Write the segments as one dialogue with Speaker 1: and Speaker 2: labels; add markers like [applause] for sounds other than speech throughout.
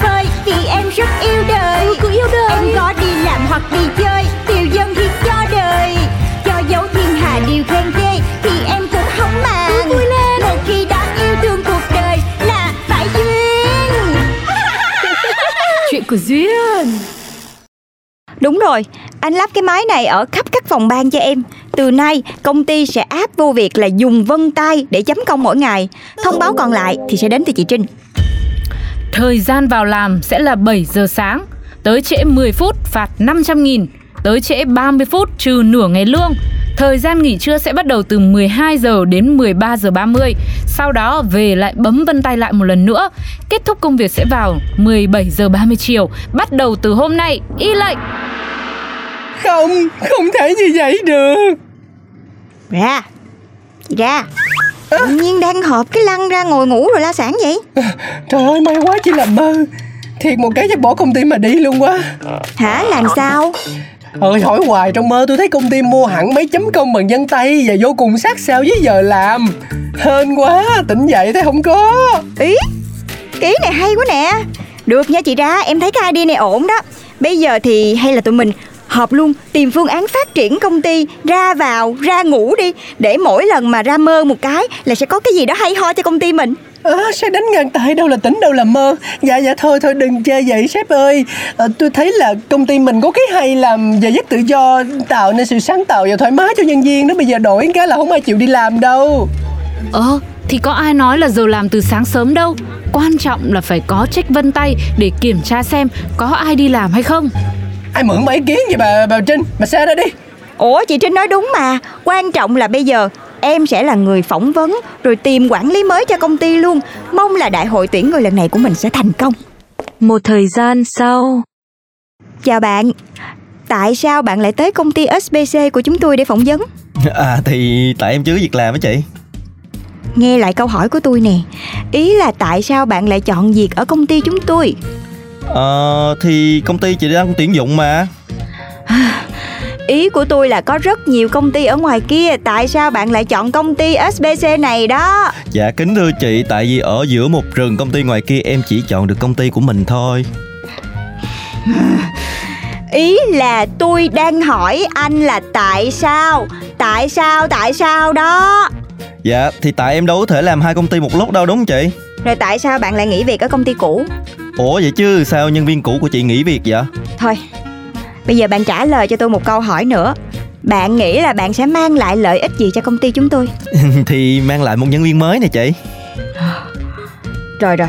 Speaker 1: phơi Vì em rất yêu đời
Speaker 2: cứ yêu đời.
Speaker 1: Em có đi làm hoặc đi chơi Tiêu dân thì cho đời Cho dấu thiên hà điều khen ghê Thì em cũng không màng vui lên Một khi đã yêu thương cuộc đời Là phải duyên
Speaker 2: Chuyện của Duyên
Speaker 1: Đúng rồi, anh lắp cái máy này ở khắp các phòng ban cho em. Từ nay, công ty sẽ áp vô việc là dùng vân tay để chấm công mỗi ngày. Thông báo còn lại thì sẽ đến từ chị Trinh.
Speaker 2: Thời gian vào làm sẽ là 7 giờ sáng Tới trễ 10 phút phạt 500 nghìn Tới trễ 30 phút trừ nửa ngày lương Thời gian nghỉ trưa sẽ bắt đầu từ 12 giờ đến 13 giờ 30 Sau đó về lại bấm vân tay lại một lần nữa Kết thúc công việc sẽ vào 17 giờ 30 chiều Bắt đầu từ hôm nay Y lệnh
Speaker 3: Không, không thể như vậy được
Speaker 1: Ra, chị ra. Tự nhiên đang họp cái lăn ra ngồi ngủ rồi la sản vậy.
Speaker 3: Trời ơi, may quá chỉ làm mơ Thiệt một cái chắc bỏ công ty mà đi luôn quá
Speaker 1: Hả, làm sao?
Speaker 3: Ơi hỏi hoài trong mơ tôi thấy công ty mua hẳn mấy chấm công bằng dân tay Và vô cùng sát sao với giờ làm Hên quá, tỉnh dậy thấy không có
Speaker 1: Ý, cái ý này hay quá nè. Được nha chị ra, em thấy cái idea này ổn đó. Bây giờ thì hay là tụi mình họp luôn tìm phương án phát triển công ty ra vào ra ngủ đi để mỗi lần mà ra mơ một cái là sẽ có cái gì đó hay ho cho công ty mình
Speaker 3: à, Sếp đánh ngang tay đâu là tỉnh đâu là mơ Dạ dạ thôi thôi đừng chơi vậy sếp ơi à, Tôi thấy là công ty mình có cái hay làm về giấc tự do Tạo nên sự sáng tạo và thoải mái cho nhân viên đó Bây giờ đổi cái là không ai chịu đi làm đâu
Speaker 2: Ờ thì có ai nói là giờ làm từ sáng sớm đâu Quan trọng là phải có check vân tay để kiểm tra xem có ai đi làm hay không
Speaker 3: Ai mượn bà ý kiến vậy bà, bà Trinh Bà xe ra đi
Speaker 1: Ủa chị Trinh nói đúng mà Quan trọng là bây giờ em sẽ là người phỏng vấn Rồi tìm quản lý mới cho công ty luôn Mong là đại hội tuyển người lần này của mình sẽ thành công
Speaker 4: Một thời gian sau,
Speaker 1: Chào bạn Tại sao bạn lại tới công ty SBC của chúng tôi để phỏng vấn?
Speaker 5: À thì tại em chưa có việc làm á chị
Speaker 1: Nghe lại câu hỏi của tôi nè Ý là tại sao bạn lại chọn việc ở công ty chúng tôi?
Speaker 5: Ờ thì công ty chị đang tuyển dụng mà
Speaker 1: Ý của tôi là có rất nhiều công ty ở ngoài kia Tại sao bạn lại chọn công ty SBC này đó?
Speaker 5: Dạ kính thưa chị Tại vì ở giữa một rừng công ty ngoài kia Em chỉ chọn được công ty của mình thôi
Speaker 1: Ý là tôi đang hỏi anh là tại sao? Tại sao? Tại sao đó?
Speaker 5: Dạ thì tại em đâu có thể làm hai công ty một lúc đâu đúng không chị
Speaker 1: Rồi tại sao bạn lại nghỉ việc ở công ty cũ?
Speaker 5: Ủa vậy chứ sao nhân viên cũ của chị nghỉ việc vậy [laughs]
Speaker 1: Thôi, bây giờ bạn trả lời cho tôi một câu hỏi nữa. Bạn nghĩ là bạn sẽ mang lại lợi ích gì cho công ty chúng tôi?
Speaker 5: Thì mang lại một nhân viên mới nè chị
Speaker 1: Rồi rồi,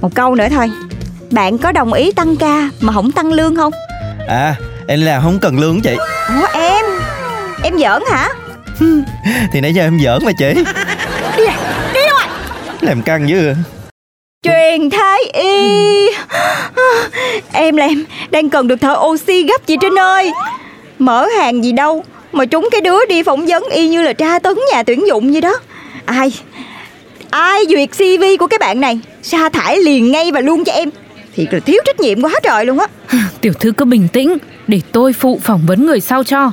Speaker 1: một câu nữa thôi. Bạn có đồng ý tăng ca mà không tăng lương không?
Speaker 5: À em làm không cần lương á chị
Speaker 1: Ủa em, em giỡn hả?
Speaker 5: Thì nãy giờ em giỡn mà chị
Speaker 1: Đi rồi, đi rồi.
Speaker 5: Làm căng dữ à.
Speaker 1: Truyền thái y Em là em Đang cần được thở oxy gấp chị Trinh ơi Mở hàng gì đâu Mà chúng cái đứa đi phỏng vấn y như là tra tấn nhà tuyển dụng vậy đó Ai Ai duyệt CV của cái bạn này Sa thải liền ngay và luôn cho em Thiệt là thiếu trách nhiệm quá trời luôn á
Speaker 2: Tiểu thư cứ bình tĩnh để tôi phụ phỏng vấn người sau cho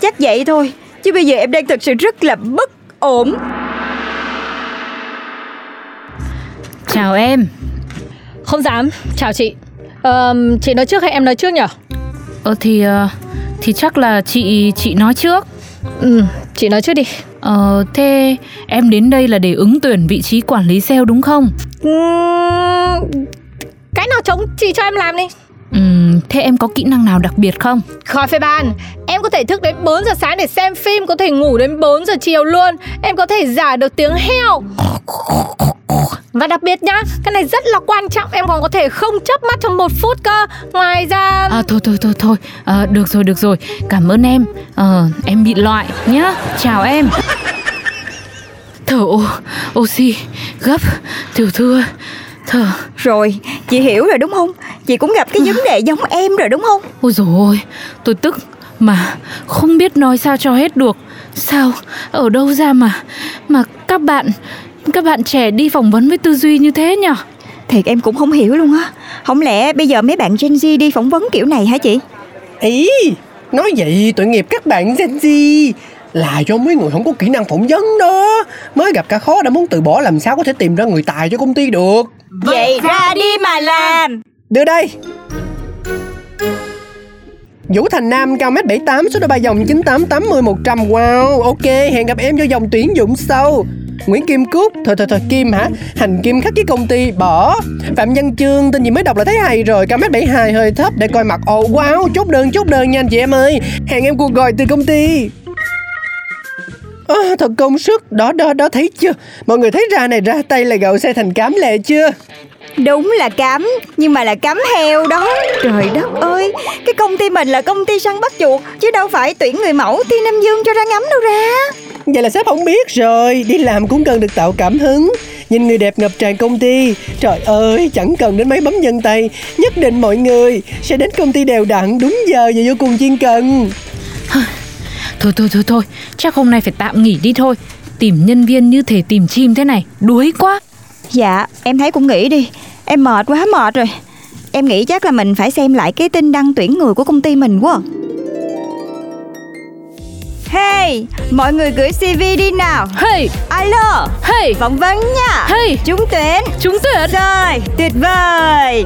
Speaker 1: Chắc vậy thôi Chứ bây giờ em đang thật sự rất là bất ổn
Speaker 2: Chào em
Speaker 6: Không dám, chào chị Ờm, Chị nói trước hay em nói trước nhở?
Speaker 2: Ờ thì ờ, thì chắc là chị chị nói trước.
Speaker 6: Ừ, chị nói trước đi
Speaker 2: Ờ thế em đến đây là để ứng tuyển vị trí quản lý sale đúng không?
Speaker 6: Ừm, Ừ, Cái nào trống chị cho em làm đi
Speaker 2: Ừm, thế em có kỹ năng nào đặc biệt không?
Speaker 6: Khỏi phải bàn Em có thể thức đến 4 giờ sáng để xem phim Có thể ngủ đến 4 giờ chiều luôn Em có thể giả được tiếng heo Và đặc biệt nhá Cái này rất là quan trọng Em còn có thể không chớp mắt trong một phút cơ Ngoài ra
Speaker 2: À thôi thôi thôi thôi, Ờ, được rồi được rồi, cảm ơn em. Ờ em bị loại nhá. Chào em. Thở ô, oxy gấp tiểu thư ơi. Thở.
Speaker 1: Rồi, chị hiểu rồi đúng không? Chị cũng gặp cái vấn đề giống em rồi đúng không?
Speaker 2: Ôi dồi ôi, tôi tức mà không biết nói sao cho hết được. Sao, ở đâu ra mà mà các bạn các bạn trẻ đi phỏng vấn với tư duy như thế nhở?
Speaker 1: Thiệt em cũng không hiểu luôn á. Không lẽ bây giờ mấy bạn Gen Z đi phỏng vấn kiểu này hả chị?
Speaker 3: ý nói vậy tội nghiệp các bạn Gen Z là do mấy người không có kỹ năng phỏng vấn đó mới gặp cả khó đã muốn từ bỏ làm sao có thể tìm ra người tài cho công ty được
Speaker 1: Vậy ra đi mà làm.
Speaker 3: đưa đây Vũ Thành Nam cao mét 78 số đôi ba dòng 98 80 100 Wow ok hẹn gặp em do dòng tuyển dụng sau Nguyễn Kim Cúc Thôi thôi thôi Kim hả Hành Kim khách với công ty bỏ Phạm Văn Chương tên gì mới đọc là thấy hay rồi Cao mét 72 hơi thấp để coi mặt Ồ wow chốt đơn chốt đơn nha anh chị em ơi Hẹn em cuộc gọi từ công ty À, thật công sức đó đó đó thấy chưa mọi người thấy ra này ra tay là gạo xe thành cám lệ chưa
Speaker 1: Đúng là cắm, nhưng mà là cắm heo đó. Trời đất ơi, cái công ty mình là công ty săn bắt chuột, chứ đâu phải tuyển người mẫu thi Nam Dương cho ra ngắm đâu ra.
Speaker 3: Vậy là sếp không biết rồi Đi làm cũng cần được tạo cảm hứng Nhìn người đẹp ngập tràn công ty Trời ơi chẳng cần đến mấy bấm chân tay Nhất định mọi người sẽ đến công ty đều đặn Đúng giờ và vô cùng chuyên cần
Speaker 2: Thôi thôi thôi thôi, chắc hôm nay phải tạm nghỉ đi thôi. Tìm nhân viên như thể tìm chim thế này, đuối quá.
Speaker 1: Dạ, em thấy cũng nghĩ đi. Em mệt quá mệt rồi. Em nghĩ chắc là mình phải xem lại cái tin đăng tuyển người của công ty mình quá. Hey, mọi người gửi CV đi nào.
Speaker 2: Hey,
Speaker 1: Alo,
Speaker 2: hey,
Speaker 1: phỏng vấn nha.
Speaker 2: hey,
Speaker 1: Trúng tuyển.
Speaker 2: chúng tuyệt.
Speaker 1: Rồi, tuyệt vời.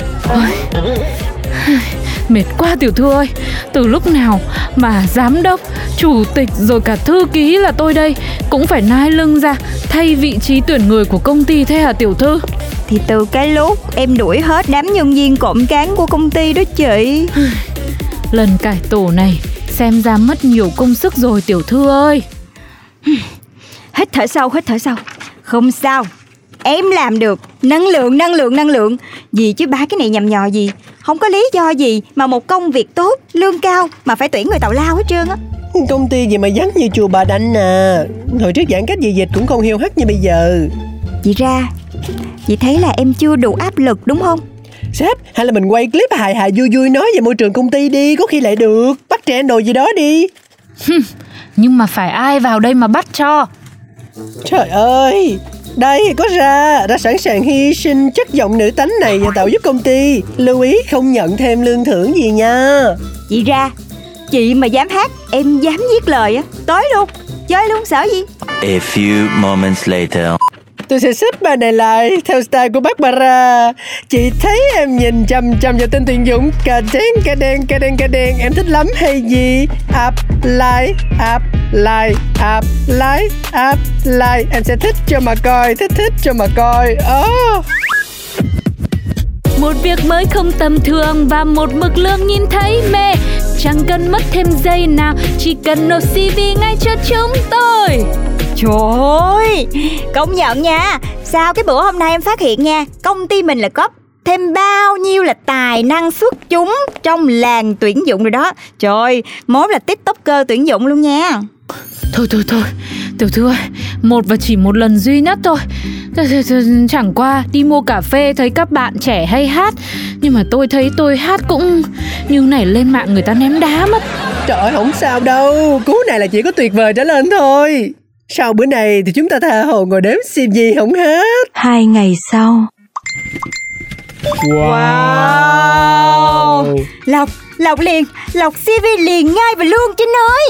Speaker 2: Mệt quá tiểu thư ơi Từ lúc nào mà giám đốc, chủ tịch rồi cả thư ký là tôi đây Cũng phải nai lưng ra thay vị trí tuyển người của công ty thế hả tiểu thư
Speaker 1: Thì từ cái lúc em đuổi hết đám nhân viên cộng cán của công ty đó chị.
Speaker 2: Lần cải tổ này xem ra mất nhiều công sức rồi tiểu thư ơi
Speaker 1: Hít thở sâu, hít thở sâu. Không sao. Em làm được. Năng lượng, năng lượng, năng lượng. Gì chứ ba cái này nhầm nhò gì. Không có lý do gì mà một công việc tốt, lương cao mà phải tuyển người tào lao hết trơn á.
Speaker 3: Công ty gì mà vắng như chùa bà đanh à Hồi trước giãn cách gì dịch cũng không hiêu hắt như bây giờ
Speaker 1: Chị ra, chị thấy là em chưa đủ áp lực đúng không?
Speaker 3: Sếp hay là mình quay clip hài hài vui vui Nói về môi trường công ty đi Có khi lại được Bắt trend đồ gì đó đi
Speaker 2: Nhưng mà phải ai vào đây mà bắt cho
Speaker 3: Trời ơi Đây có ra Đã sẵn sàng hy sinh chất giọng nữ tánh này Và tạo giúp công ty Lưu ý không nhận thêm lương thưởng gì nha
Speaker 1: Chị ra, chị mà dám hát, em dám viết lời á. Tới luôn, chơi luôn sợ gì?
Speaker 7: A few moments later.
Speaker 3: Tôi sẽ xếp bài này lại Theo style của Barbara Chị thấy em nhìn chằm chằm vào tên tuyển dụng Cà đen cà đen cà đen cà đen Em thích lắm hay gì Apply Apply Apply Apply Em sẽ thích cho mà coi Thích thích cho mà coi oh.
Speaker 2: Một việc mới không tầm thường và một mực lương nhìn thấy mê Chẳng cần mất thêm giây nào, chỉ cần nộp CV ngay cho chúng tôi
Speaker 1: Trời ơi, công nhận nha Sao cái bữa hôm nay em phát hiện nha Công ty mình là có thêm bao nhiêu là tài năng xuất chúng Trong làng tuyển dụng rồi đó Trời ơi, mốt là tiktoker tuyển dụng luôn nha
Speaker 2: Thôi thôi thôi, tiểu thư ơi, một và chỉ một lần duy nhất thôi. Thôi, thôi, thôi, Chẳng qua đi mua cà phê thấy các bạn trẻ hay hát Nhưng mà tôi thấy tôi hát cũng như này lên mạng người ta ném đá mất
Speaker 3: Trời ơi, không sao đâu, cú này là chỉ có tuyệt vời trở lên thôi. Sau bữa này thì chúng ta tha hồ ngồi đếm xem gì không hết.
Speaker 4: Hai ngày sau.
Speaker 1: Wow Lọc, lọc liền Lọc CV liền ngay và luôn Trinh ơi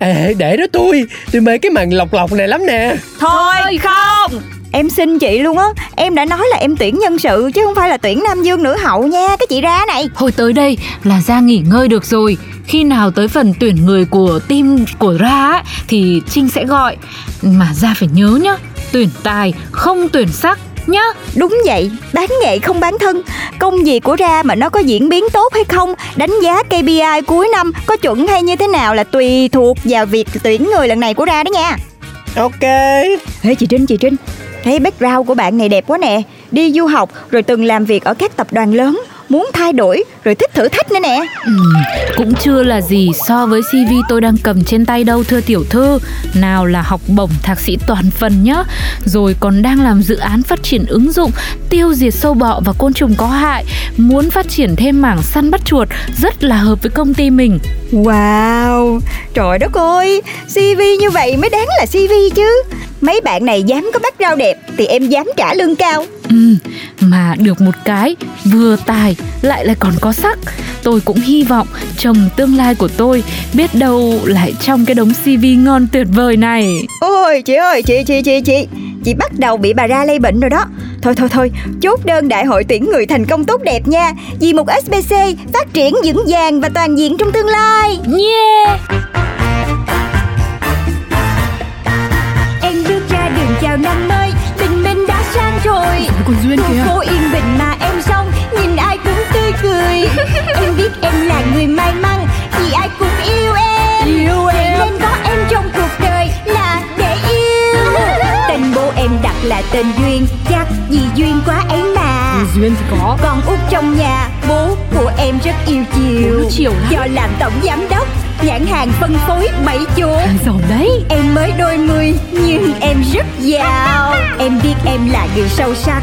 Speaker 3: Ê, để đó tôi, tôi mê cái màn lọc lọc này lắm nè.
Speaker 1: Thôi không Em xin chị luôn á Em đã nói là em tuyển nhân sự Chứ không phải là tuyển Nam Dương nữ hậu nha Cái chị ra này
Speaker 2: Hồi tới đây là ra nghỉ ngơi được rồi Khi nào tới phần tuyển người của team của Ra ấy, thì Trinh sẽ gọi Mà ra phải nhớ nhá, tuyển tài không tuyển sắc nhá
Speaker 1: Đúng vậy, bán nghệ không bán thân Công việc của ra mà nó có diễn biến tốt hay không Đánh giá KPI cuối năm có chuẩn hay như thế nào là tùy thuộc vào việc tuyển người lần này của ra đó nha
Speaker 3: Ok,
Speaker 1: Ê chị Trinh, chị Trinh Thấy background của bạn này đẹp quá nè Đi du học rồi từng làm việc ở các tập đoàn lớn muốn thay đổi rồi thích thử thách nữa nè
Speaker 2: Cũng chưa là gì so với CV tôi đang cầm trên tay đâu thưa tiểu thư Nào là học bổng thạc sĩ toàn phần nhá Rồi còn đang làm dự án phát triển ứng dụng Tiêu diệt sâu bọ và côn trùng có hại Muốn phát triển thêm mảng săn bắt chuột Rất là hợp với công ty mình
Speaker 1: Wow, trời đất ơi, CV như vậy mới đáng là CV chứ Mấy bạn này dám có background đẹp thì em dám trả lương cao
Speaker 2: Ừ, mà được một cái vừa tài lại lại còn có sắc Tôi cũng hy vọng chồng tương lai của tôi biết đâu lại trong cái đống CV ngon tuyệt vời này
Speaker 1: Ôi chị ơi, chị, chị, chị, chị Chị bắt đầu bị bà ra lây bệnh rồi đó Thôi thôi thôi, chốt đơn đại hội tuyển người thành công tốt đẹp nha Vì một SBC phát triển vững vàng và toàn diện trong tương lai
Speaker 2: Yeah
Speaker 1: Em bước ra đường chào năm mới Tình mình đã sang rồi
Speaker 3: Con Duyên
Speaker 1: Khu
Speaker 3: kìa
Speaker 1: phố yên bình mà em xong Nhìn ai cũng tươi cười Em biết em là người may mắn Vì ai cũng yêu em Yêu em Nên có em trong cuộc đời Là để yêu Tên bố em đặt là tên Duyên Chắc vì duyên quá ấy mà
Speaker 2: Duyên thì có
Speaker 1: Con út trong nhà Bố của em rất yêu chiều
Speaker 2: Bố chiều lắm.
Speaker 1: Do làm tổng giám đốc Nhãn hàng phân phối bảy chỗ
Speaker 2: À, Giỏi đấy
Speaker 1: Em mới đôi mươi nhưng em rất giàu Em biết em là người sâu sắc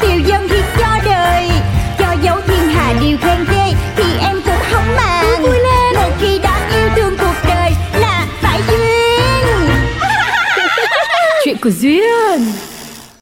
Speaker 1: Tiêu dân thì cho đời Cho dấu thiên hà điều khen ghê Thì em cũng không màng vui lên Một khi đã yêu thương cuộc đời Là phải duyên
Speaker 2: Chuyện của Duyên